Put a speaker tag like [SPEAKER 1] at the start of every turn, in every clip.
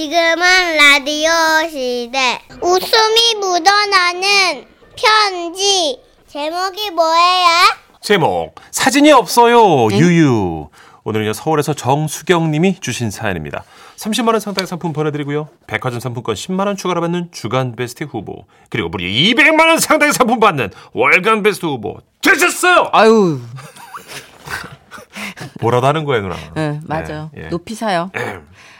[SPEAKER 1] 지금은 라디오 시대. 웃음이 묻어나는 편지. 제목이 뭐예요?
[SPEAKER 2] 제목 사진이 없어요
[SPEAKER 3] 네.
[SPEAKER 2] 유유 오늘은요 서울에서 정수경님이 주신 사연입니다 30만원 상당의 상품 보내드리고요 백화점 상품권 10만원 추가로 받는 주간베스트 후보 그리고 무려 200만원 상당의 상품 받는 월간베스트 후보 되셨어요
[SPEAKER 3] 아유,
[SPEAKER 2] 뭐라도 하는 거예요 누나
[SPEAKER 3] 응, 네, 맞아요.
[SPEAKER 2] 예, 예.
[SPEAKER 3] 높이 사요.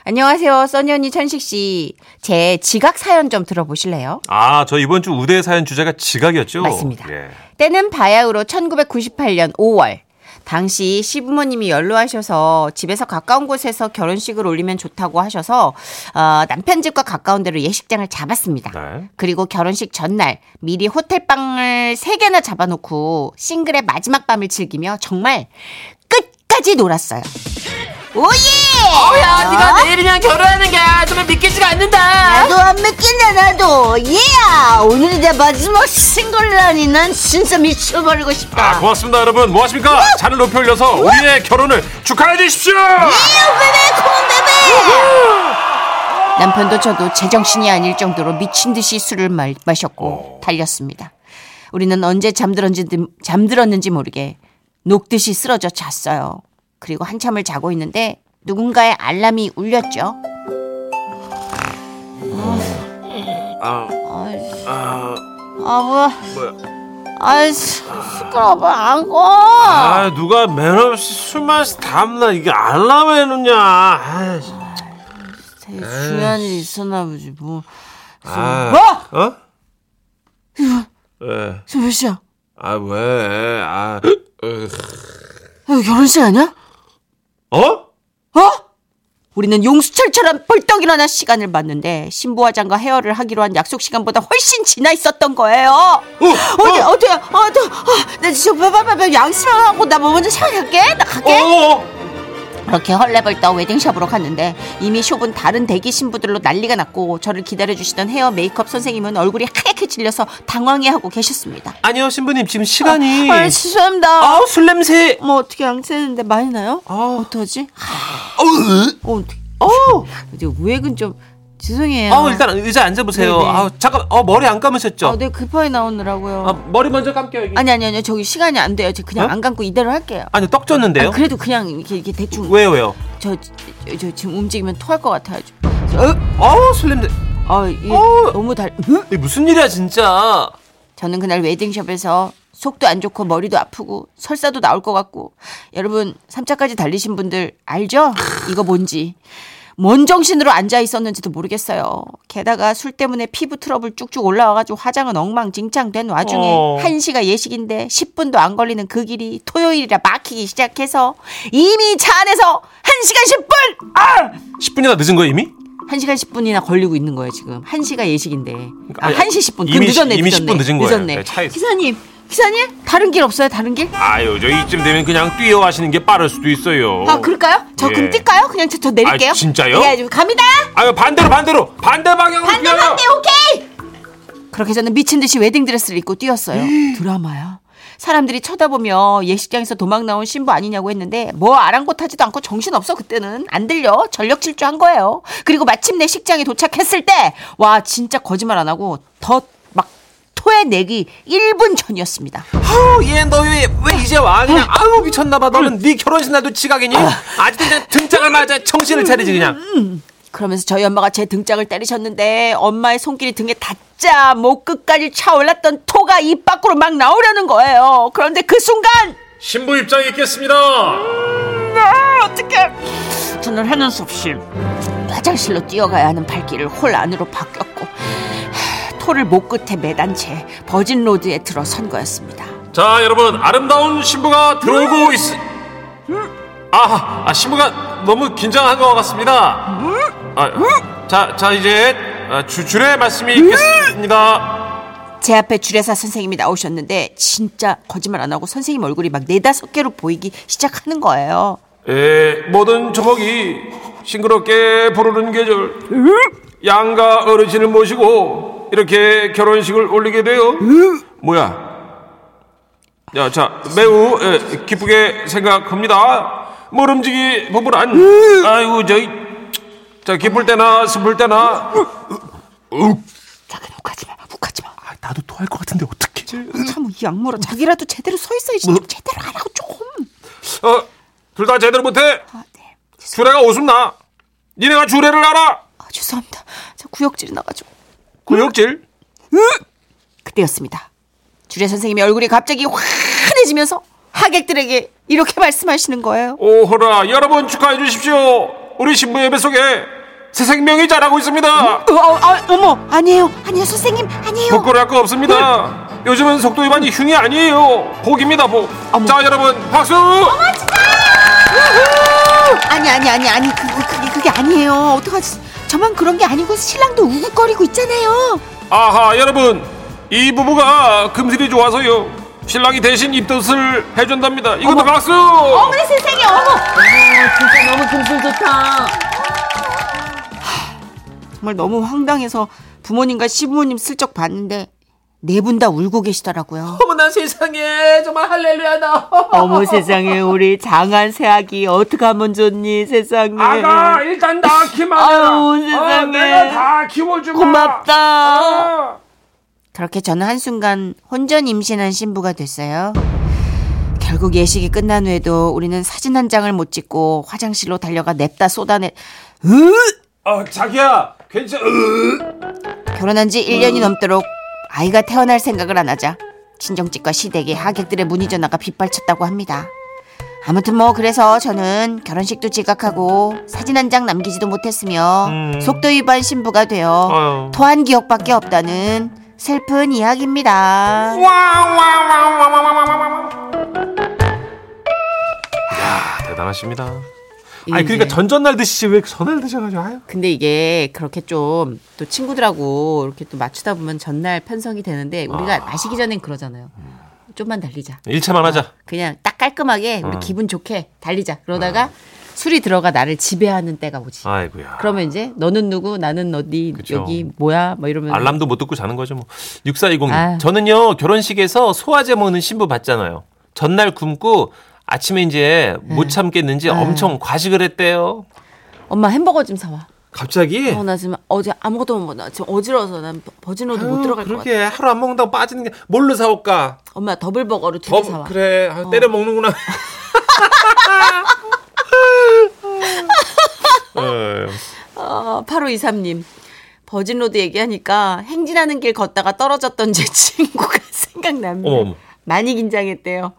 [SPEAKER 3] 안녕하세요, 써니 언니 천식 씨. 제 지각 사연 좀 들어보실래요?
[SPEAKER 2] 아, 저 이번 주 우대 사연 주제가 지각이었죠?
[SPEAKER 3] 맞습니다.
[SPEAKER 2] 예.
[SPEAKER 3] 때는 바야흐로 1998년 5월. 당시 시부모님이 연로하셔서 집에서 가까운 곳에서 결혼식을 올리면 좋다고 하셔서 어, 남편 집과 가까운 데로 예식장을 잡았습니다.
[SPEAKER 2] 네.
[SPEAKER 3] 그리고 결혼식 전날 미리 호텔방을 세개나 잡아놓고 싱글의 마지막 밤을 즐기며 정말 끝까지 놀았어요. 오예!
[SPEAKER 4] 야, 네가 내일이면 결혼하는 게야. 정말 믿기지가 않는다.
[SPEAKER 3] 나도 안 믿겠네 나도 예 오늘이 내 마지막 싱글라니 난 진짜 미쳐버리고
[SPEAKER 2] 아,
[SPEAKER 3] 싶다
[SPEAKER 2] 고맙습니다, 여러분. 뭐 하십니까? 잔을 높이 올려서 우리의 결혼을 축하해 주십시오!
[SPEAKER 3] 예!
[SPEAKER 1] 아,
[SPEAKER 3] 남편도 저도 제정신이 아닐 정도로 미친 듯이 술을 마, 마셨고
[SPEAKER 2] 어.
[SPEAKER 3] 달렸습니다 우리는 언제 잠들었는지 잠들었는지 모르게 녹듯이 쓰러져 잤어요 그리고 한참을 자고 있는데 누군가의 알람이 울렸죠
[SPEAKER 2] 아,
[SPEAKER 3] 아이,
[SPEAKER 2] 아,
[SPEAKER 3] 아뭐
[SPEAKER 2] 뭐야.
[SPEAKER 3] 아이 수- 시끄러워 안고
[SPEAKER 2] 아, 누가 매너없이 술 마시 다음날 이게 알람을 해놓냐. 아, 진짜.
[SPEAKER 3] 되게 중요한 일이 있었나 보지 뭐
[SPEAKER 2] 아,
[SPEAKER 3] 뭐?
[SPEAKER 2] 어? 왜?
[SPEAKER 3] 지금 몇 시야
[SPEAKER 2] 아, 왜? 아,
[SPEAKER 3] 야, 이거 결혼식 아니야?
[SPEAKER 2] 어?
[SPEAKER 3] 어? 우리는 용수철처럼 벌떡 일어나 시간을 봤는데 신부화장과 헤어를 하기로 한 약속 시간보다 훨씬 지나 있었던 거예요.
[SPEAKER 2] 어,
[SPEAKER 3] 어디 어디야? 어, 나, 아, 나 진짜 봐봐봐 양심하고 나뭐 먼저 생각할게. 나
[SPEAKER 2] 어,
[SPEAKER 3] 갈게.
[SPEAKER 2] 어, 어.
[SPEAKER 3] 그렇게 헐레벌떡 웨딩숍으로 갔는데 이미 숍은 다른 대기 신부들로 난리가 났고 저를 기다려주시던 헤어 메이크업 선생님은 얼굴이 하얗게 질려서 당황해하고 계셨습니다.
[SPEAKER 2] 아니요, 신부님, 지금 시간이.
[SPEAKER 3] 아, 죄송합니다.
[SPEAKER 2] 아우, 술 냄새.
[SPEAKER 3] 뭐 어떻게 양치했는데 많이 나요?
[SPEAKER 2] 아.
[SPEAKER 3] 어떡하지?
[SPEAKER 2] 어우,
[SPEAKER 3] 어, 어떡해. 어! 이제 우액은 좀 죄송해요.
[SPEAKER 2] 어, 일단 의자 앉아보세요.
[SPEAKER 3] 네. 네네.
[SPEAKER 2] 아, 잠깐, 어, 머리 안 감으셨죠?
[SPEAKER 3] 아, 네, 급하게 나오느라고요.
[SPEAKER 2] 아, 머리 먼저 감게요. 여기.
[SPEAKER 3] 아니, 아니, 아니, 저기 시간이 안 돼요. 저 그냥
[SPEAKER 2] 어?
[SPEAKER 3] 안 감고 이대로 할게요.
[SPEAKER 2] 아니, 떡 졌는데요?
[SPEAKER 3] 아, 그래도 그냥 이렇게, 이렇게 대충
[SPEAKER 2] 왜요, 왜요?
[SPEAKER 3] 저, 저, 저 지금 움직이면 토할 것 같아요. 좀.
[SPEAKER 2] 어, 어우, 술 냄새.
[SPEAKER 3] 아, 이게
[SPEAKER 2] 어.
[SPEAKER 3] 너무 달.
[SPEAKER 2] 이게 무슨 일이야, 진짜.
[SPEAKER 3] 저는 그날 웨딩숍에서 속도 안 좋고 머리도 아프고 설사도 나올 것 같고 여러분 3차까지 달리신 분들 알죠? 이거 뭔지 뭔 정신으로 앉아 있었는지도 모르겠어요. 게다가 술 때문에 피부 트러블 쭉쭉 올라와가지고 화장은 엉망진창된 와중에
[SPEAKER 2] 어.
[SPEAKER 3] 한 1시가 예식인데 10분도 안 걸리는 그 길이 토요일이라 막히기 시작해서 이미 차 안에서 1시간 10분! 아!
[SPEAKER 2] 10분이나 늦은 거야, 이미?
[SPEAKER 3] 1시간 10분이나 걸리고 있는 거예요, 지금. 1시가 예식인데. 아,
[SPEAKER 2] 그러니까 아니,
[SPEAKER 3] 1시 10분.
[SPEAKER 2] 이미
[SPEAKER 3] 그럼 늦었네,
[SPEAKER 2] 시- 이미
[SPEAKER 3] 늦었네.
[SPEAKER 2] 10분 늦은 거예요.
[SPEAKER 3] 늦었네.
[SPEAKER 2] 네, 차에서.
[SPEAKER 3] 기사님, 기사님? 다른 길 없어요, 다른 길?
[SPEAKER 2] 아유, 저 이쯤 되면 그냥 뛰어가시는 게 빠를 수도 있어요.
[SPEAKER 3] 아, 그럴까요? 저
[SPEAKER 2] 예.
[SPEAKER 3] 그럼 뛸까요? 그냥 저, 저 내릴게요.
[SPEAKER 2] 아, 진짜요?
[SPEAKER 3] 예, 좀 갑니다!
[SPEAKER 2] 아유, 반대로, 반대로! 반대 방향으로
[SPEAKER 3] 반대,
[SPEAKER 2] 뛰어요!
[SPEAKER 3] 반대, 오케이! 그렇게 저는 미친 듯이 웨딩드레스를 입고 뛰었어요. 드라마야. 사람들이 쳐다보며 예식장에서 도망 나온 신부 아니냐고 했는데 뭐 아랑곳하지도 않고 정신없어 그때는 안 들려 전력 질주한 거예요. 그리고 마침내 식장에 도착했을 때 와 진짜 거짓말 안 하고 더 막 토해내기 1분 전이었습니다.
[SPEAKER 2] 아우, 얘, 너 왜, 왜 이제 와? 그냥, 아우, 미쳤나봐. 너는 네 결혼식 날도 지각이니? 아직도 그냥 등짝을 맞아. 정신을 차리지, 그냥.
[SPEAKER 3] 그러면서 저희 엄마가 제 등짝을 때리셨는데 엄마의 손길이 등에 닿자 목 끝까지 차올랐던 토가 입 밖으로 막 나오려는 거예요. 그런데 그 순간
[SPEAKER 2] 신부 입장에 있겠습니다.
[SPEAKER 3] 저는 네, 하는 수 없이 화장실로 뛰어가야 하는 발길을 홀 안으로 바뀌었고 하, 토를 목 끝에 매단 채 버진 로드에 들어선 거였습니다.
[SPEAKER 2] 자, 여러분, 아름다운 신부가 들어오고 있, 아, 아, 신부가 너무 긴장한 것 같습니다. 아, 자, 자, 이제 아, 주, 주례 말씀이 있겠습니다.
[SPEAKER 3] 제 앞에 주례사 선생님이 나오셨는데 진짜 거짓말 안 하고 선생님 얼굴이 막 네다섯 개로 보이기 시작하는 거예요.
[SPEAKER 2] 예, 모든 조목이 싱그럽게 부르는 계절, 양가 어르신을 모시고 이렇게 결혼식을 올리게 돼요. 뭐야? 야, 자, 매우 예, 기쁘게 생각합니다. 모름지기 부부란, 아이고, 저희, 자 기쁠 때나 슬플 때나
[SPEAKER 3] 자기 욱하지 마. 욱하지 마.
[SPEAKER 2] 아, 나도 토할 것 같은데 어떻게?
[SPEAKER 3] 참 이 악물어. 자기라도 제대로 서 있어야지. 좀 제대로 하라고 좀.
[SPEAKER 2] 어, 둘 다 제대로 못해.
[SPEAKER 3] 아, 네.
[SPEAKER 2] 주례가 웃음 나. 니네가 주례를 알아?
[SPEAKER 3] 아, 죄송합니다. 저 구역질이 나가지고.
[SPEAKER 2] 구역질?
[SPEAKER 3] 그때였습니다. 주례 선생님의 얼굴이 갑자기 환해지면서 하객들에게 이렇게 말씀하시는 거예요.
[SPEAKER 2] 오호라 여러분 축하해 주십시오. 우리 신부 예배 속에 새 생명이 자라고 있습니다.
[SPEAKER 3] 어, 어, 아, 어머, 아니에요, 아니에요, 선생님, 아니에요.
[SPEAKER 2] 부끄러울 할거 없습니다. 요즘은 속도 위반이 흉이 아니에요. 복입니다 복.
[SPEAKER 3] 어머.
[SPEAKER 2] 자 여러분 박수.
[SPEAKER 3] 아, 아니, 아니, 아니, 아니, 그, 그, 그게 그게 아니에요. 어떡하지? 저만 그런 게 아니고 신랑도 우걱거리고 있잖아요.
[SPEAKER 2] 아하 여러분 이 부부가 금슬이 좋아서요. 신랑이 대신 입덧을 해준답니다. 이것도 박수.
[SPEAKER 3] 어머니 세상에, 어머. 아,
[SPEAKER 4] 진짜 너무 금슬 좋다.
[SPEAKER 3] 정말 너무 황당해서 부모님과 시부모님 슬쩍 봤는데 네 분 다 울고 계시더라고요.
[SPEAKER 4] 어머나 세상에 정말 할렐루야다.
[SPEAKER 3] 어머 세상에 우리 장한 새아기 어떻게 하면 좋니 세상에.
[SPEAKER 4] 예.
[SPEAKER 2] 아가 일단 나
[SPEAKER 3] 아유,
[SPEAKER 2] 키만 아,
[SPEAKER 3] 세상에.
[SPEAKER 2] 내가 다 키워주마
[SPEAKER 3] 고맙다.
[SPEAKER 2] 아.
[SPEAKER 3] 그렇게 저는 한순간 혼전 임신한 신부가 됐어요. 결국 예식이 끝난 후에도 우리는 사진 한 장을 못 찍고 화장실로 달려가 냅다 쏟아내 으!
[SPEAKER 2] 어, 자기야 괜찮 으.
[SPEAKER 3] 결혼한 지 1년이 넘도록 아이가 태어날 생각을 안 하자 친정집과 시댁에 하객들의 문의 전화가 빗발쳤다고 합니다. 아무튼 뭐 그래서 저는 결혼식도 지각하고 사진 한 장 남기지도 못했으며 속도 위반 신부가 되어
[SPEAKER 2] 아유.
[SPEAKER 3] 토한 기억밖에 없다는 슬픈 이야기입니다.
[SPEAKER 2] 대단하십니다
[SPEAKER 3] 아니, 그러니까
[SPEAKER 2] 전전날 드시지 왜 전날 드셔가지고 아유
[SPEAKER 3] 근데 이게 그렇게 좀 또 친구들하고 이렇게 또 맞추다 보면 전날 편성이 되는데 우리가 마시기 전엔 그러잖아요. 좀만 달리자.
[SPEAKER 2] 1차만 하자
[SPEAKER 3] 그냥 딱 깔끔하게
[SPEAKER 2] 음.
[SPEAKER 3] 우리 기분 좋게 달리자. 그러다가 술이 들어가 나를 지배하는 때가 오지.
[SPEAKER 2] 아이고야
[SPEAKER 3] 그러면 이제 너는 누구 나는 어디
[SPEAKER 2] 그쵸.
[SPEAKER 3] 여기 뭐야 뭐 이러면
[SPEAKER 2] 알람도 못 듣고 자는 거죠 뭐 6420님
[SPEAKER 3] 아유.
[SPEAKER 2] 저는요 결혼식에서 소화제 먹는 신부 봤잖아요 전날 굶고 아침에 이제 못 참겠는지 엄청 과식을 했대요
[SPEAKER 3] 엄마 햄버거 좀 사와.
[SPEAKER 2] 갑자기
[SPEAKER 3] 어, 나 지금 어제 아무것도 못 먹나. 지금 어지러워서 난 버- 버진로도 못
[SPEAKER 2] 아유,
[SPEAKER 3] 들어갈 것 같아.
[SPEAKER 2] 그러게 하루 안 먹는다고 빠지는 게 뭘로 사올까
[SPEAKER 3] 엄마 더블 버거로 두 개
[SPEAKER 2] 더
[SPEAKER 3] 사와.
[SPEAKER 2] 그래 아, 때려 먹는구나. 어,
[SPEAKER 3] 어, 8523님. 버진로드 얘기하니까 행진하는 길 걷다가 떨어졌던 제 친구가 생각납니다.
[SPEAKER 2] 어머, 어머.
[SPEAKER 3] 많이 긴장했대요.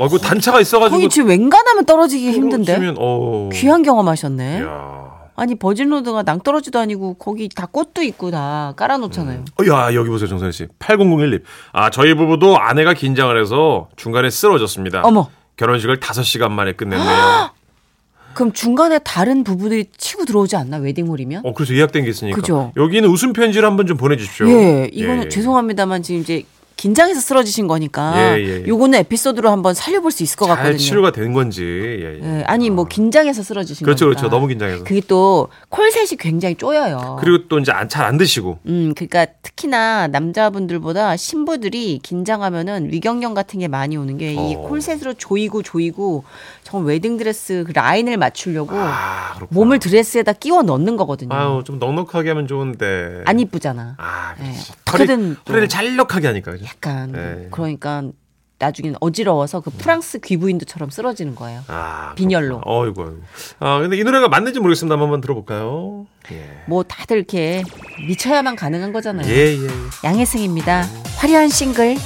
[SPEAKER 2] 아, 그 단차가
[SPEAKER 3] 거기
[SPEAKER 2] 있어가지고
[SPEAKER 3] 지금 웬간하면 떨어지기 힘든데.
[SPEAKER 2] 치면, 어.
[SPEAKER 3] 귀한 경험하셨네.
[SPEAKER 2] 야.
[SPEAKER 3] 아니 버진로드가 낭떠러지도 아니고 거기 다 꽃도 있고 다 깔아놓잖아요.
[SPEAKER 2] 어, 야 여기 보세요 정선 씨 8001님 아 저희 부부도 아내가 긴장을 해서 중간에 쓰러졌습니다.
[SPEAKER 3] 어머.
[SPEAKER 2] 결혼식을 5시간 만에 끝냈네요.
[SPEAKER 3] 그럼 중간에 다른 부부들이 치고 들어오지 않나 웨딩홀이면?
[SPEAKER 2] 어 그래서 예약된 게 있으니까
[SPEAKER 3] 그죠.
[SPEAKER 2] 여기는 웃음 편지를 한번 좀 보내주십시오.
[SPEAKER 3] 예, 이거는
[SPEAKER 2] 예.
[SPEAKER 3] 죄송합니다만 지금 이제 긴장해서 쓰러지신 거니까
[SPEAKER 2] 예, 예, 예.
[SPEAKER 3] 요거는 에피소드로 한번 살려볼 수 있을 것
[SPEAKER 2] 잘
[SPEAKER 3] 같거든요.
[SPEAKER 2] 치료가 된 건지. 예, 예.
[SPEAKER 3] 예, 아니 뭐 긴장해서 쓰러지신
[SPEAKER 2] 그렇죠
[SPEAKER 3] 거니까.
[SPEAKER 2] 그렇죠 너무 그렇죠. 긴장해서.
[SPEAKER 3] 그게 또 콜셋이 굉장히 쪼여요.
[SPEAKER 2] 그리고 또 이제 잘 안 드시고.
[SPEAKER 3] 음, 그러니까 특히나 남자분들보다 신부들이 긴장하면은 위경련 같은 게 많이 오는 게 이
[SPEAKER 2] 어.
[SPEAKER 3] 콜셋으로 조이고 조이고 정말 웨딩 드레스 그 라인을 맞추려고
[SPEAKER 2] 아 그렇구나.
[SPEAKER 3] 몸을 드레스에다 끼워 넣는 거거든요.
[SPEAKER 2] 아유 좀 넉넉하게 하면 좋은데
[SPEAKER 3] 안 이쁘잖아.
[SPEAKER 2] 아
[SPEAKER 3] 네,
[SPEAKER 2] 그렇지.
[SPEAKER 3] 어떻게든
[SPEAKER 2] 허리, 를잘 넉하게 하니까 그죠?
[SPEAKER 3] 약간
[SPEAKER 2] 네.
[SPEAKER 3] 그러니까 나중엔 어지러워서 그 프랑스 귀부인도처럼 쓰러지는 거예요.
[SPEAKER 2] 아
[SPEAKER 3] 빈혈로.
[SPEAKER 2] 그렇구나. 어이구 어이구 아 근데 이 노래가 맞는지 모르겠습니다 한번 들어볼까요 예예예
[SPEAKER 3] 뭐 다들 이렇게 미쳐야만 가능한 거잖아요.
[SPEAKER 2] 예, 예.
[SPEAKER 3] 양혜승입니다. 화려한 싱글